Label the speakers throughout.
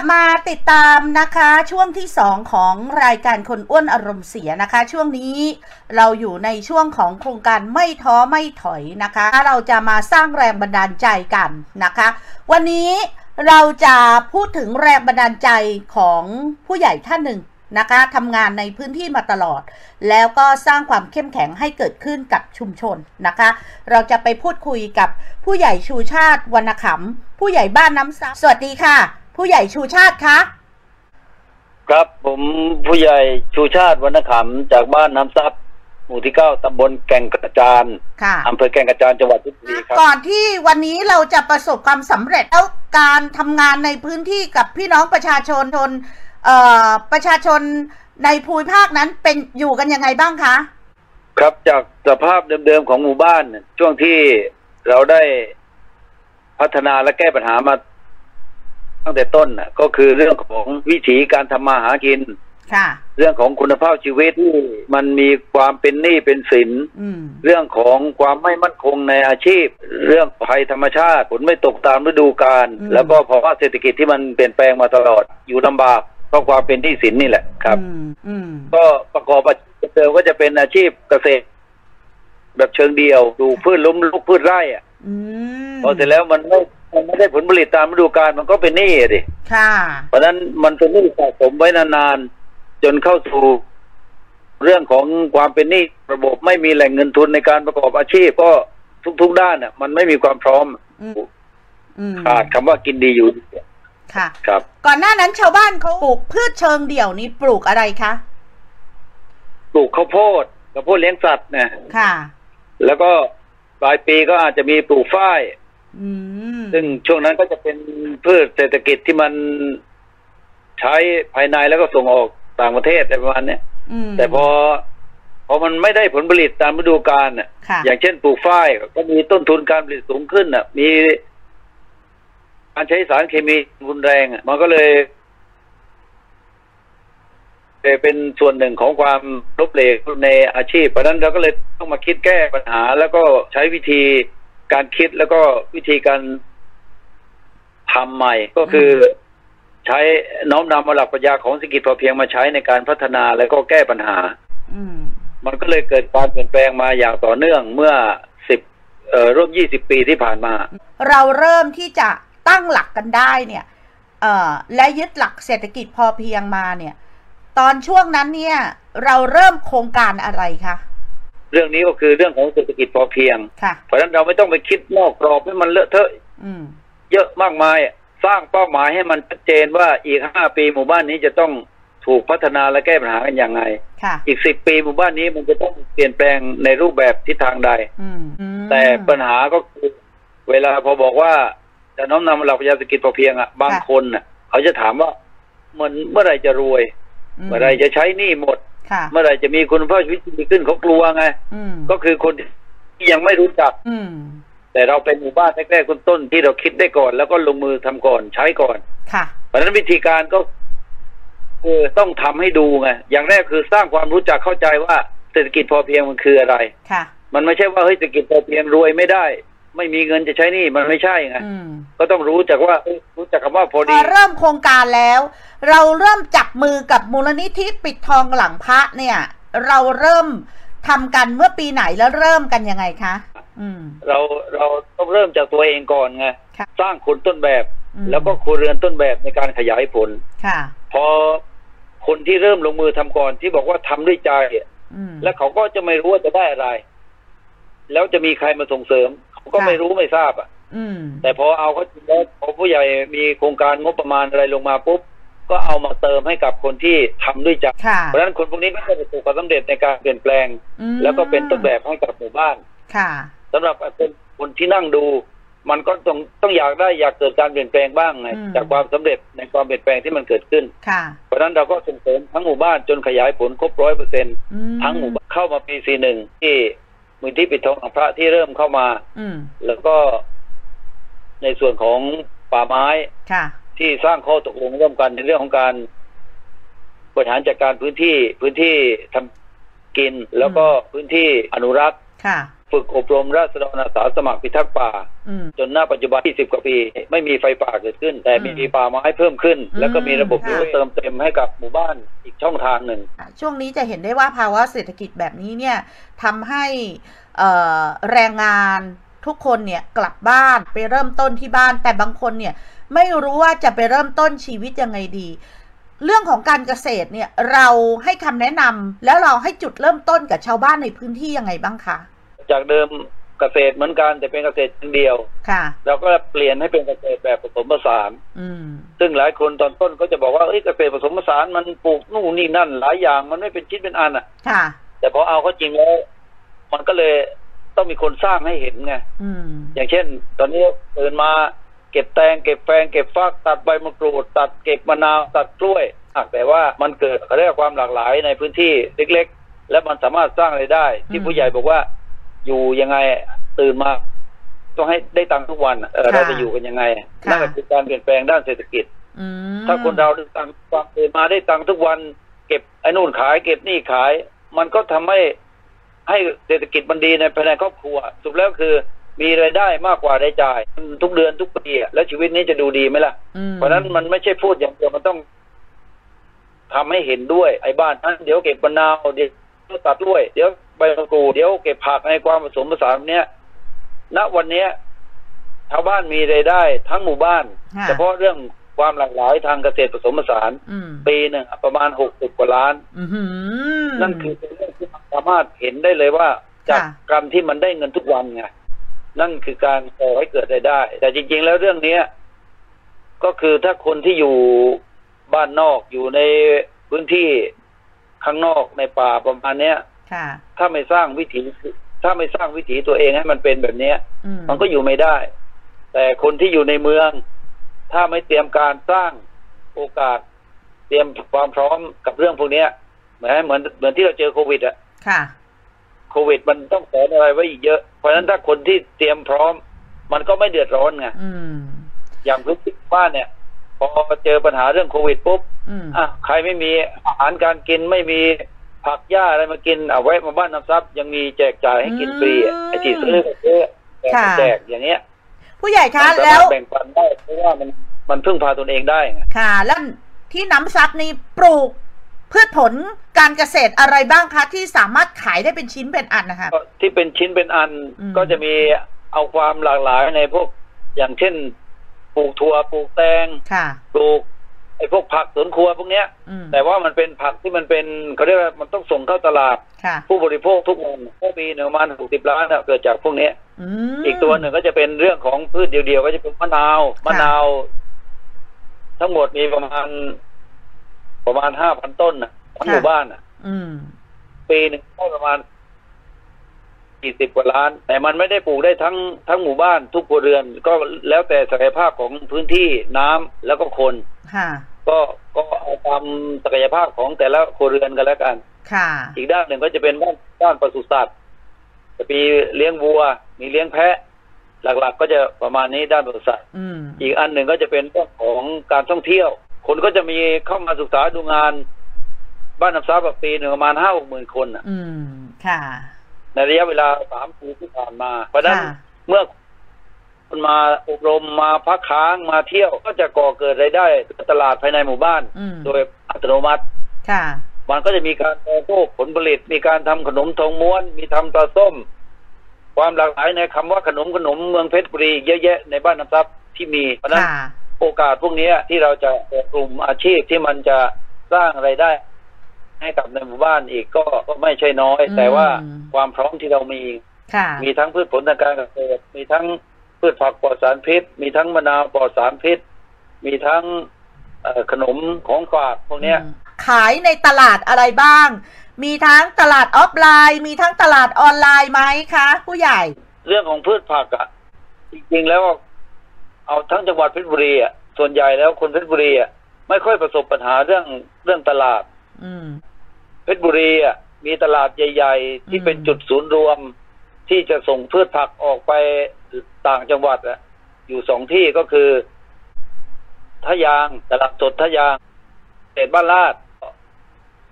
Speaker 1: บมาติดตามนะคะ ช่วงที่ 2 ของรายการคนอ้วนอารมณ์เสียนะคะ ช่วงนี้เราอยู่ในช่วงของโครงการไม่ท้อไม่ถอยนะคะ เราจะมาสร้างแรงบันดาลใจกันนะคะ วันนี้เราจะพูดถึงแรงบันดาลใจของผู้ใหญ่ท่านหนึ่งนะคะทำงานในพื้นที่มาตลอด แล้วก็สร้างความเข้มแข็งให้เกิดขึ้นกับชุมชนนะคะ เราจะไปพูดคุยกับผู้ใหญ่ชูชาติวรรณขำผู้ใหญ่บ้านน้ำซับสวัสดีค่ะ ผู้ใหญ่ชูชาติคะ
Speaker 2: ครับผมผู้ใหญ่ชูชาติวรรณขำจากบ้านน้ำซับหมู่ที่เก้าตำบลแก่งกระจาน
Speaker 1: ค่ะ
Speaker 2: อำเภอแก่งกระจานจังหวัดเพชรบุรีครับ
Speaker 1: ก่อนที่วันนี้เราจะประสบความสำเร็จแล้วการทำงานในพื้นที่กับพี่น้องประชาชนชนเอ่อประชาชนในภูมิภาคนั้นเป็นอยู่กันยังไงบ้างคะ
Speaker 2: ครับจากสภาพเดิมๆของหมู่บ้านเนี่ยช่วงที่เราได้พัฒนาและแก้ปัญหามาตั้งแต่ต้นน่ะก็คือเรื่องของวิถีการทำมาหากิน
Speaker 1: ค่ะ
Speaker 2: เรื่องของคุณภาพชีวิตที่มันมีความเป็นหนี้เป็นสิน
Speaker 1: อืม
Speaker 2: เรื่องของความไม่มั่นคงในอาชีพ เรื่องภัยธรรมชาติฝนไม่ตกตามฤดูกาล
Speaker 1: อืม
Speaker 2: แล้วก็ภาวะเศรษฐกิจที่มันเปลี่ยนแปลงมาตลอดอยู่ลำบากเพราะความเป็นที่สินนี่แหละครับ
Speaker 1: อืมอืม
Speaker 2: ก็ประกอบอาชีพเดิมก็จะเป็นอาชีพเกษตร แบบเชิงเดียวดูพืชล้มลุกพืชไร่อะ
Speaker 1: อืม
Speaker 2: พอเสร็จแล้วมันไม่มันไม่ได้ผลผลิตตามฤดูกาลมันก็เป็นหนี้อะดิ
Speaker 1: ค่ะ
Speaker 2: เพราะฉะนั้นมันเป็นหนี้สะสมไว้นานๆจนเข้าสู่ เรื่องของความเป็นหนี้ระบบไม่มีแหล่งเงินทุนในการประกอบอาชีพ ก็ทุกๆด้านอ่ะ มันไม่มีความพร้อม
Speaker 1: อืมอืม
Speaker 2: ขาดคำว่ากินดีอยู่
Speaker 1: ค่ะ
Speaker 2: ครับ
Speaker 1: ก่อนหน้านั้นชาวบ้านเขาปลูกพืชเชิงเดี่ยวนี้ปลูกอะไรคะ
Speaker 2: ปลูกข้าวโพดข้าวโพดเลี้ยงสัตว์นะ
Speaker 1: ค่ะ
Speaker 2: แล้วก็ปลายปีก็อาจจะมีปลูกฝ้าย
Speaker 1: อืม
Speaker 2: ซึ่งช่วงนั้นก็จะเป็นพืชเศรษฐกิจที่มันใช้ภายในแล้วก็ส่งออกต่างประเทศอะไรประมาณเนี้ย
Speaker 1: ม
Speaker 2: แต่พอพอมันไม่ได้ผลผลิตตามฤดูกาลน่ะ
Speaker 1: ค่ะ
Speaker 2: อย่างเช่นปลูกฝ้ายก็มีต้นทุนการผลิตสูงขึ้นน่ะ มีการใช้สารเคมีรุนแรงอ่ะมันก็เลยเลยเป็นส่วนหนึ่งของความลบเหลวในอาชีพ เพราะฉะนั้นเราก็เลยต้องมาคิดแก้ปัญหา แล้วก็ใช้วิธีการคิดแล้วก็วิธีการทำใหม่ ก็คืออใช้น้อมนำเอาหลักปรัชญาของเศรษฐกิจพอเพียงมาใช้ในการพัฒนาแล้วก็แก้ปัญหา
Speaker 1: อืม
Speaker 2: มันก็เลยเกิดการเปลี่ยนแปลงมาอย่างต่อเนื่องเมื่อสิบเอ่อร่วมยี่สิบปีที่ผ่านมา
Speaker 1: เราเริ่มที่จะตั้งหลักกันได้เนี่ยเอ่อและยึดหลักเศรษฐกิจพอเพียงมาเนี่ย ตอนช่วงนั้นเนี่ย เราเริ่มโครงการอะไรคะ
Speaker 2: เรื่องนี้ก็คือเรื่องของเศรษฐกิจพอเพียง
Speaker 1: ค่ะ
Speaker 2: เพราะฉะนั้นเราไม่ต้องไปคิดนอกกรอบให้มันเลอะเทอะ
Speaker 1: อืม
Speaker 2: เยอะมากมายอะสร้างเป้าหมายให้มันชัดเจนว่าอีกห้าปีหมู่บ้านนี้จะต้องถูกพัฒนาและแก้ปัญหากันอย่างไง
Speaker 1: ค่ะ
Speaker 2: อีกสิบปีหมู่บ้านนี้มันจะต้องเปลี่ยนแปลงในรูปแบบทิศทางใด
Speaker 1: อืมอืม
Speaker 2: แต่ปัญหาก็คือเวลาพอบอกว่าจะน้อมนำหลักปรัชญาเศรษฐกิจพอเพียงอ่ะบางคนอ่ะ เขาจะถามว่ามันเมื่อไหรจะรวย เมื่อไหรจะใช้หนี้หมด
Speaker 1: ค่ะ
Speaker 2: เมื่อไหรจะมีคุณภาพชีวิตที่ดีขึ้นเขากลัวไง
Speaker 1: อืม
Speaker 2: ก็คือคนที่ยังไม่รู้จัก
Speaker 1: อืม
Speaker 2: แต่เราเป็นหมู่บ้านแรกๆต้นๆที่เราคิดได้ก่อน แล้วก็ลงมือทำก่อนใช้ก่อน
Speaker 1: ค่ะ
Speaker 2: เพราะฉะนั้นวิธีการก็คือต้องทำให้ดูไงอย่างแรกคือสร้างความรู้จักเข้าใจว่าเศรษฐกิจพอเพียงมันคืออะไร
Speaker 1: ค่ะ
Speaker 2: มันไม่ใช่ว่าเฮ้ยเศรษฐกิจพอเพียงรวยไม่ได้ ไม่มีเงินจะใช้หนี่มันไม่ใช่ไง
Speaker 1: อืม
Speaker 2: ก็ต้องรู้จักว่าเอ้ยรู้จักคำว่าพอ
Speaker 1: พ
Speaker 2: ดี
Speaker 1: อเริ่มโครงการแล้ว เราเริ่มจับมือกับมูลนิธิปิดทองหลังพระเนี่ย เราเริ่มทำกันเมื่อปีไหนแล้วเริ่มกันยังไงคะ อืม
Speaker 2: เราเราต้องเริ่มจากตัวเองก่อนไง
Speaker 1: ค่ะ
Speaker 2: สร้างคนต้นแบบ
Speaker 1: อืม
Speaker 2: แล้วก็ครัวเรือนต้นแบบในการขยายผล
Speaker 1: ค่ะ
Speaker 2: พอคนที่เริ่มลงมือทำก่อนที่บอกว่าทำด้วยใจอะ
Speaker 1: อืม
Speaker 2: แล้วเขาก็จะไม่รู้ว่าจะได้อะไร แล้วจะมีใครมาส่งเสริม เขาก็
Speaker 1: ค่ะ
Speaker 2: ไม่รู้ไม่ทราบอ่ะ
Speaker 1: อืม
Speaker 2: แต่พอเอาเขาจริงแล้วพอผู้ใหญ่มีโครงการงบประมาณอะไรลงมาปุ๊บก็เอามาเติมให้กับคนที่ทำด้วยใจ
Speaker 1: ค่ะ
Speaker 2: เพราะฉะนั้นคนพวกนี้ก็จะประสบความสำเร็จในการเปลี่ยนแปลง
Speaker 1: อืม
Speaker 2: แล้วก็เป็นต้นแบบให้กับหมู่บ้าน
Speaker 1: ค่ะ
Speaker 2: สำหรับคนคนที่นั่งดู มันก็ต้องต้องอยากได้อยากเกิดการเปลี่ยนแปลงบ้างไง
Speaker 1: อืม
Speaker 2: จากความสำเร็จในความเปลี่ยนแปลงที่มันเกิดขึ้น
Speaker 1: ค่ะ
Speaker 2: เพราะฉะนั้นเราก็ส่งเสริมทั้งหมู่บ้านจนขยายผลครบร้อยเปอร์เซ็น
Speaker 1: อืม
Speaker 2: ทั้งหมู่บ้านเข้ามาปีสี่หนึ่งที่มูลที่ปิดทองหลังพระที่เริ่มเข้ามา
Speaker 1: อืม
Speaker 2: แล้วก็ในส่วนของป่าไม้
Speaker 1: ค่ะ
Speaker 2: ที่สร้างข้อตกลงร่วมกันในเรื่องของการบริหารจัดการพื้นที่พื้นที่ทำกิน แล้วก็พื้นที่อนุรักษ์
Speaker 1: ค่ะ
Speaker 2: ฝึกอบรมราษฎรอาสาสมัครพิทักษ์ป่า
Speaker 1: อืม
Speaker 2: จนหน้าปัจจุบัน 20 กว่าปี ไม่มีไฟป่าเกิดขึ้น แต่มี
Speaker 1: อืม
Speaker 2: มีป่าไม้เพิ่มขึ้น
Speaker 1: อืม
Speaker 2: แล้วก็มีระบบ
Speaker 1: ค่ะ
Speaker 2: รั้วเติมเต็มให้กับหมู่บ้านอีกช่องทางหนึ่ง
Speaker 1: อ่ะช่วงนี้จะเห็นได้ว่าภาวะเศรษฐกิจแบบนี้เนี่ยทำให้เอ่อแรงงานทุกคนเนี่ยกลับบ้านไปเริ่มต้นที่บ้าน แต่บางคนเนี่ยไม่รู้ว่าจะไปเริ่มต้นชีวิตยังไงดี เรื่องของการเกษตรเนี่ยเราให้คำแนะนำแล้วเราให้จุดเริ่มต้นกับชาวบ้านในพื้นที่ยังไงบ้างคะ
Speaker 2: จากเดิมเกษตรเหมือนกันแต่เป็นเกษตรอย่างเดียว
Speaker 1: ค่ะ
Speaker 2: เราก็เปลี่ยนให้เป็นเกษตรแบบผสมผสาน
Speaker 1: อืม
Speaker 2: ซึ่งหลายคนตอนต้นก็จะบอกว่าเอ้ยเกษตรผสมผสานมันปลูกนู่นนี่นั่น หลายอย่างมันไม่เป็นชิ้นเป็นอันอ่ะ
Speaker 1: ค่ะ
Speaker 2: แต่พอเอาเข้าจริงแล้วมันก็เลยต้องมีคนสร้างให้เห็นไง
Speaker 1: อืม
Speaker 2: อย่างเช่น ตอนนี้เดินมาเก็บแตงเก็บแฟงเก็บฟักตัดใบมะกรูด ตัดเก็บมะนาวตัดกล้วยอ่ะแต่ว่ามันเกิดเขาเรียกว่าความหลากหลายในพื้นที่เล็กๆ และมันสามารถสร้างไรายได้ ที่
Speaker 1: อืม
Speaker 2: ผู้ใหญ่บอกว่า อยู่ยังไงตื่นมา ต้องให้ได้ตังค์ทุกวันเออ
Speaker 1: ค่ะ
Speaker 2: เราจะอยู่กันยังไง
Speaker 1: ค่ะ
Speaker 2: นั่นแหละคือการเปลี่ยนแปลงด้านเศรษฐกิจ
Speaker 1: อืม
Speaker 2: ถ้าคนเราได้ตังค์ความตื่นมาได้ตังค์ทุกวัน เก็บไอ้นู่นขาย เก็บนี่ขาย มันก็ทำให้ให้เศรษฐกิจมันดีในภายในครอบครัวสุดแล้วคือมีรายได้มากกว่ารายจ่าย ทุกเดือนทุกปีอะแล้วชีวิตนี้จะดูดีไหมล่ะ
Speaker 1: อืม
Speaker 2: เพราะฉะนั้นมันไม่ใช่พูดอย่างเดียวมันต้องทำให้เห็นด้วย ไอ้บ้านนั้นเดี๋ยวเก็บมะนาวเดี๋ยวตัดกล้วย เดี๋ยวใบมะกรูดเดี๋ยวเก็บผักในความผสมผสานเนี้ยณวันเนี้ยชาวบ้านมีรายได้ ทั้งหมู่บ้าน
Speaker 1: ค่ะ
Speaker 2: เฉพาะเรื่องความหลากหลายทางเกษตรผสมผสาน
Speaker 1: อืม
Speaker 2: ปีหนึ่งประมาณหกสิบกว่าล้าน
Speaker 1: อื้อหือ
Speaker 2: นั่นคือเป็นเรื่องที่มันสามารถเห็นได้เลยว่า จาก
Speaker 1: ค่ะ
Speaker 2: กรรมที่มันได้เงินทุกวันไงนั่นคือการก่อให้เกิดรายได้ แต่จริง ๆ แล้วเรื่องเนี้ย ก็คือถ้าคนที่อยู่บ้านนอกอยู่ในพื้นที่ข้างนอกในป่าประมาณเนี้ย
Speaker 1: ค่ะ
Speaker 2: ถ้าไม่สร้างวิถีถ้าไม่สร้างวิถีตัวเองให้มันเป็นแบบเนี้ย
Speaker 1: อืม
Speaker 2: มันก็อยู่ไม่ได้ แต่คนที่อยู่ในเมือง ถ้าไม่เตรียมการสร้างโอกาส เตรียมความพร้อมกับเรื่องพวกเนี้ยเหมือนเหมือนเหมือนที่เราเจอโควิดอะ
Speaker 1: ค่ะ
Speaker 2: โควิดมันต้องสอนอะไรไว้อีกเยอะ เพราะฉะนั้นถ้าคนที่เตรียมพร้อม มันก็ไม่เดือดร้อนไง
Speaker 1: อืม
Speaker 2: อย่างพื้นที่บ้านเนี่ย พอเจอปัญหาเรื่องโควิดปุ๊บ
Speaker 1: อืม
Speaker 2: อ่ะใครไม่มีอาหารการกินไม่มีผักหญ้าอะไรมากินเอาไว้มาบ้านน้ำซับยังมีแจกจ่ายให้กินฟรีอะ
Speaker 1: อืม
Speaker 2: ไอ้ที่ซื้อก็ซื้อแจกก็
Speaker 1: ค่ะ
Speaker 2: แจกอย่างเงี้ย
Speaker 1: ผู้ใหญ่คะ
Speaker 2: มันสามารถ
Speaker 1: แล้ว
Speaker 2: แบ่งปันได้เพราะว่ามันมันพึ่งพาตนเองได้ไง
Speaker 1: ค่ะแล้วที่น้ำซับนี่ปลูกพืชผลการเกษตรอะไรบ้างคะ ที่สามารถขายได้เป็นชิ้นเป็นอันนะคะ
Speaker 2: ก็ที่เป็นชิ้นเป็นอัน
Speaker 1: อืม
Speaker 2: ก็จะมีเอาความหลากหลายในพวกอย่างเช่น ปลูกถั่วปลูกแตง
Speaker 1: ค่ะ
Speaker 2: ปลูกไอ้พวกผักสวนครัวพวกเนี้ย
Speaker 1: อืม
Speaker 2: แต่ว่ามันเป็นผักที่มันเป็นเขาเรียกว่ามันต้องส่งเข้าตลาด
Speaker 1: ค่ะ
Speaker 2: ผู้บริโภคทุกวันทุกปีหนึ่งประมาณหกสิบล้านน่ะเกิดจากพวกเนี้ย
Speaker 1: ม
Speaker 2: อีกตัวหนึ่งก็จะเป็นเรื่องของพืชเดียวๆ ก็จะเป็นมะนาว
Speaker 1: ค่ะ
Speaker 2: มะนาว ทั้งหมดมีประมาณ ประมาณห้าพันต้นน่ะทั้งหมู่บ้านน่ะ
Speaker 1: อืม
Speaker 2: ปีหนึ่งได้ประมาณกี่สิบกว่าล้าน แต่มันไม่ได้ปลูกได้ทั้งทั้งหมู่บ้านทุกครัวเรือน ก็แล้วแต่ศักยภาพของพื้นที่น้ำแล้วก็คน
Speaker 1: ค่ะ
Speaker 2: ก็ก็เอาตามศักยภาพของแต่ละครัวเรือนกันแล้วกัน
Speaker 1: ค่ะ
Speaker 2: อีกด้านหนึ่งก็จะเป็นด้านด้านปศุสัตว์จะมีเลี้ยงวัว มีเลี้ยงแพะ หลักๆ ก็จะประมาณนี้ด้านปศุสัตว์
Speaker 1: อืม
Speaker 2: อีกอันหนึ่งก็จะเป็นเรื่องของการท่องเที่ยว คนก็จะมีเข้ามาศึกษาดูงาน บ้านน้ำซับอะปีหนึ่งประมาณห้าหกหมื่นคนน่ะ
Speaker 1: อืม ค่ะ
Speaker 2: ในระยะเวลาสามปีที่ผ่านมา เพราะฉะนั้น
Speaker 1: ค่ะ
Speaker 2: เมื่อคนมาอบรมมาพักค้างมาเที่ยว ก็จะก่อเกิดรายได้ตลาดภายในหมู่บ้าน
Speaker 1: อืม
Speaker 2: โดยอัตโนมัติ
Speaker 1: ค่ะ
Speaker 2: มันก็จะมีการแปรรูปผลผลิต มีการทำขนมทองม้วน มีทำปลาส้ม ความหลากหลายในคำว่าขนมขนมเมืองเพชรบุรีเยอะแยะในบ้านน้ำซับที่มีเพราะฉะนั้น
Speaker 1: ค่ะ
Speaker 2: โอกาสพวกเนี้ยที่เราจะเปิดกลุ่มอาชีพที่มันจะสร้างไรายได้ ให้กับในหมู่บ้านอีกก็ก็ไม่ใช่น้อย
Speaker 1: อืม
Speaker 2: แต่ว่าความพร้อมที่เรามี
Speaker 1: ค่ะ
Speaker 2: มีทั้งพืชผลทางการเกษตร มีทั้งพืชผักปลอดสารพิษ มีทั้งมะนาวปลอดสารพิษ มีทั้งเอ่อขนมของฝากพวกเนี้ย
Speaker 1: อืมขายในตลาดอะไรบ้าง มีทั้งตลาดออฟไลน์ มีทั้งตลาดออนไลน์ไหมคะ ผู้ใหญ่
Speaker 2: เรื่องของพืชผักอะจริงๆแล้ว เอาทั้งจังหวัดเพชรบุรีอะส่วนใหญ่แล้วคนเพชรบุรีอะไม่ค่อยประสบปัญหาเรื่องเรื่องตลาด
Speaker 1: อืม
Speaker 2: เพชรบุรีอะมีตลาดใหญ่ ๆ ที่
Speaker 1: อืม
Speaker 2: เป็นจุดศูนย์รวม ที่จะส่งพืชผักออกไปต่างจังหวัดอะอยู่สองที่ก็คือทะยางตลาดสดทะยางเขตบ้านลาด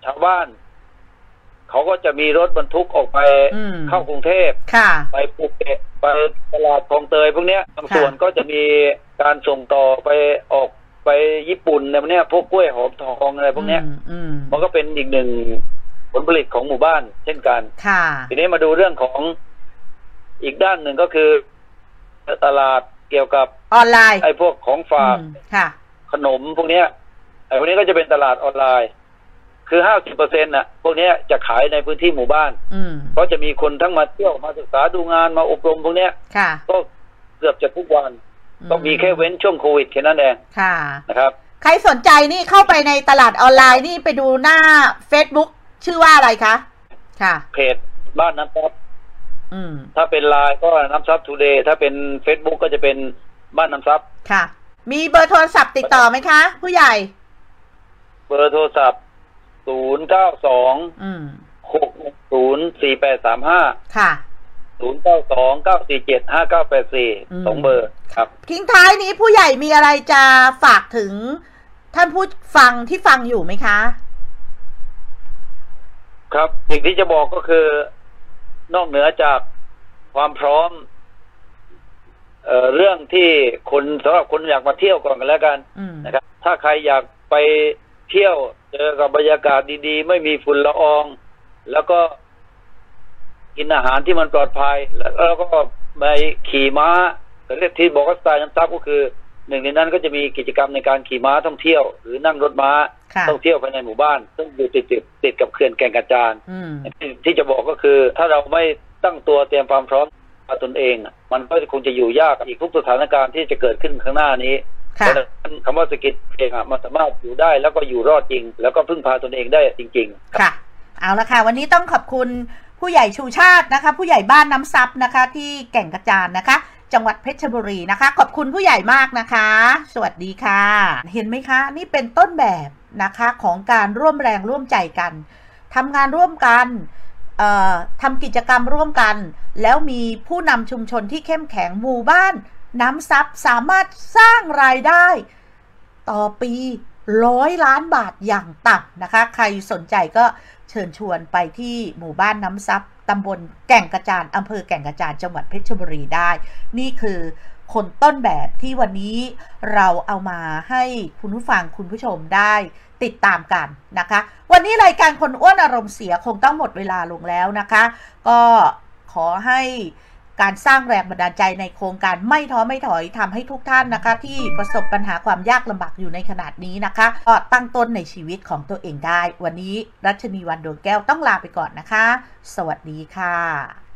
Speaker 2: ชาวบ้าน เขาก็จะมีรถบรรทุกออกไป
Speaker 1: อืม
Speaker 2: เข้ากรุงเทพ
Speaker 1: ค่ะ
Speaker 2: ไปภูเก็ตไปตลาดคลองเตยพวกเนี้ยบางส่วนก็จะมีการส่งต่อไปออกไปญี่ปุ่นในพวกเนี้ยพวกกล้วยหอมทองอะไรพวกเนี้ย
Speaker 1: อืมอืม
Speaker 2: มันก็เป็นอีกหนึ่งผลผลิตของหมู่บ้าน เช่นกัน
Speaker 1: ค่ะ
Speaker 2: ทีนี้มาดูเรื่องของอีกด้านหนึ่งก็คือ ตลาดเกี่ยวกับ
Speaker 1: ออนไลน์
Speaker 2: ไอ้พวกของฝาก
Speaker 1: อืมค่ะ
Speaker 2: ขนมพวกเนี้ยไอ้พวกนี้ก็จะเป็นตลาดออนไลน์ คือห้าสิบเปอร์เซ็นต์น่ะ พวกเนี้ยจะขายในพื้นที่หมู่บ้าน
Speaker 1: อืม
Speaker 2: เพราะจะมีคนทั้งมาเที่ยวมาศึกษาดูงานมาอบรมพวกเนี้ย
Speaker 1: ค่ะ
Speaker 2: ก็เกือบจะทุกวันต้องมีแค่เว้นช่วงโควิดแค่นั้นเอง
Speaker 1: ค่ะ
Speaker 2: นะครับ
Speaker 1: ใครสนใจนี่เข้าไปในตลาดออนไลน์นี่ไปดูหน้า Facebook ชื่อว่าอะไรคะ ค่ะ
Speaker 2: เพจบ้านน้ำซับ
Speaker 1: อืม
Speaker 2: ถ้าเป็นไลน์ก็น้ำซับทูเดย์ถ้าเป็น Facebook ก็จะเป็นบ้านน้ำซับ
Speaker 1: ค่ะ มีเบอร์โทรศัพท์ติดต่อไหมคะ ผู้ใหญ่
Speaker 2: เบอร์โทรศัพท์ 0 9 2
Speaker 1: อืม
Speaker 2: 6 0 4 8 3 5
Speaker 1: ค่ะ
Speaker 2: 0 9 2 9 4 7 5 9 8
Speaker 1: อืม
Speaker 2: 4สองเบอร์ครับ
Speaker 1: ทิ้งท้ายนี้ผู้ใหญ่มีอะไรจะฝากถึง ท่านผู้ฟังที่ฟังอยู่ไหมคะ
Speaker 2: ครับสิ่งที่จะบอกก็คือ นอกเหนือจากความพร้อม เอ่อเรื่องที่คนสำหรับคนอยากมาเที่ยวก่อนกันแล้วกัน
Speaker 1: อืม
Speaker 2: นะครับถ้าใครอยากไปเที่ยวเจอกับบรรยากาศดีๆ ไม่มีฝุ่นละออง แล้วก็กินอาหารที่มันปลอดภัย แล้วแล้วก็ไปขี่ม้าเรียกที่บอกว่าสไตล์น้ำซับก็คือ หนึ่งในนั้นก็จะมีกิจกรรมในการขี่ม้าท่องเที่ยว หรือนั่งรถม้า
Speaker 1: ค่ะ
Speaker 2: ท่องเที่ยวภายในหมู่บ้าน ซึ่งอยู่ติดติดๆติดกับเขื่อนแก่งกระจาน
Speaker 1: อืม
Speaker 2: ที่จะบอกก็คือ ถ้าเราไม่ตั้งตัวเตรียมความพร้อมมาตนเองอะมันก็คงจะอยู่ยากอีกทุกสถานการณ์ที่จะเกิดขึ้นข้างหน้านี้ เพ
Speaker 1: ค่ะ
Speaker 2: ราะฉะนั้นคำว่าสกิดเองอะมันสามารถอยู่ได้แล้วก็อยู่รอดจริง แล้วก็พึ่งพาตนเองได้จริง ๆ
Speaker 1: ค่ะ เอาละค่ะ วันนี้ต้องขอบคุณผู้ใหญ่ชูชาตินะคะ ผู้ใหญ่บ้านน้ำซับนะคะ ที่แก่งกระจานนะคะ จังหวัดเพชรบุรีนะคะ ขอบคุณผู้ใหญ่มากนะคะ สวัสดีค่ะ เห็นไหมคะ นี่เป็นต้นแบบนะคะของการร่วมแรงร่วมใจกันทำงานร่วมกันเอ่อทำกิจกรรมร่วมกัน แล้วมีผู้นำชุมชนที่เข้มแข็งหมู่บ้าน น้ำซับสามารถสร้างรายได้ ต่อปีร้อยล้านบาทอย่างต่ำนะคะ ใครสนใจก็เชิญชวนไปที่หมู่บ้านน้ำซับตำบลแก่งกระจานอำเภอแก่งกระจานจังหวัดเพชรบุรีได้ นี่คือคนต้นแบบที่วันนี้เราเอามาให้คุณผู้ฟังคุณผู้ชมได้ติดตามกันนะคะ วันนี้รายการคนอ้วนอารมณ์เสียคงต้องหมดเวลาลงแล้วนะคะ ก็ขอให้ การสร้างแรงบันดาลใจในโครงการไม่ท้อไม่ถอยทำให้ทุกท่านนะคะ ที่ประสบปัญหาความยากลำบากอยู่ในขนาดนี้นะคะก็ตั้งต้นในชีวิตของตัวเองได้ วันนี้รัชนีวันดวงแก้วต้องลาไปก่อนนะคะ สวัสดีค่ะ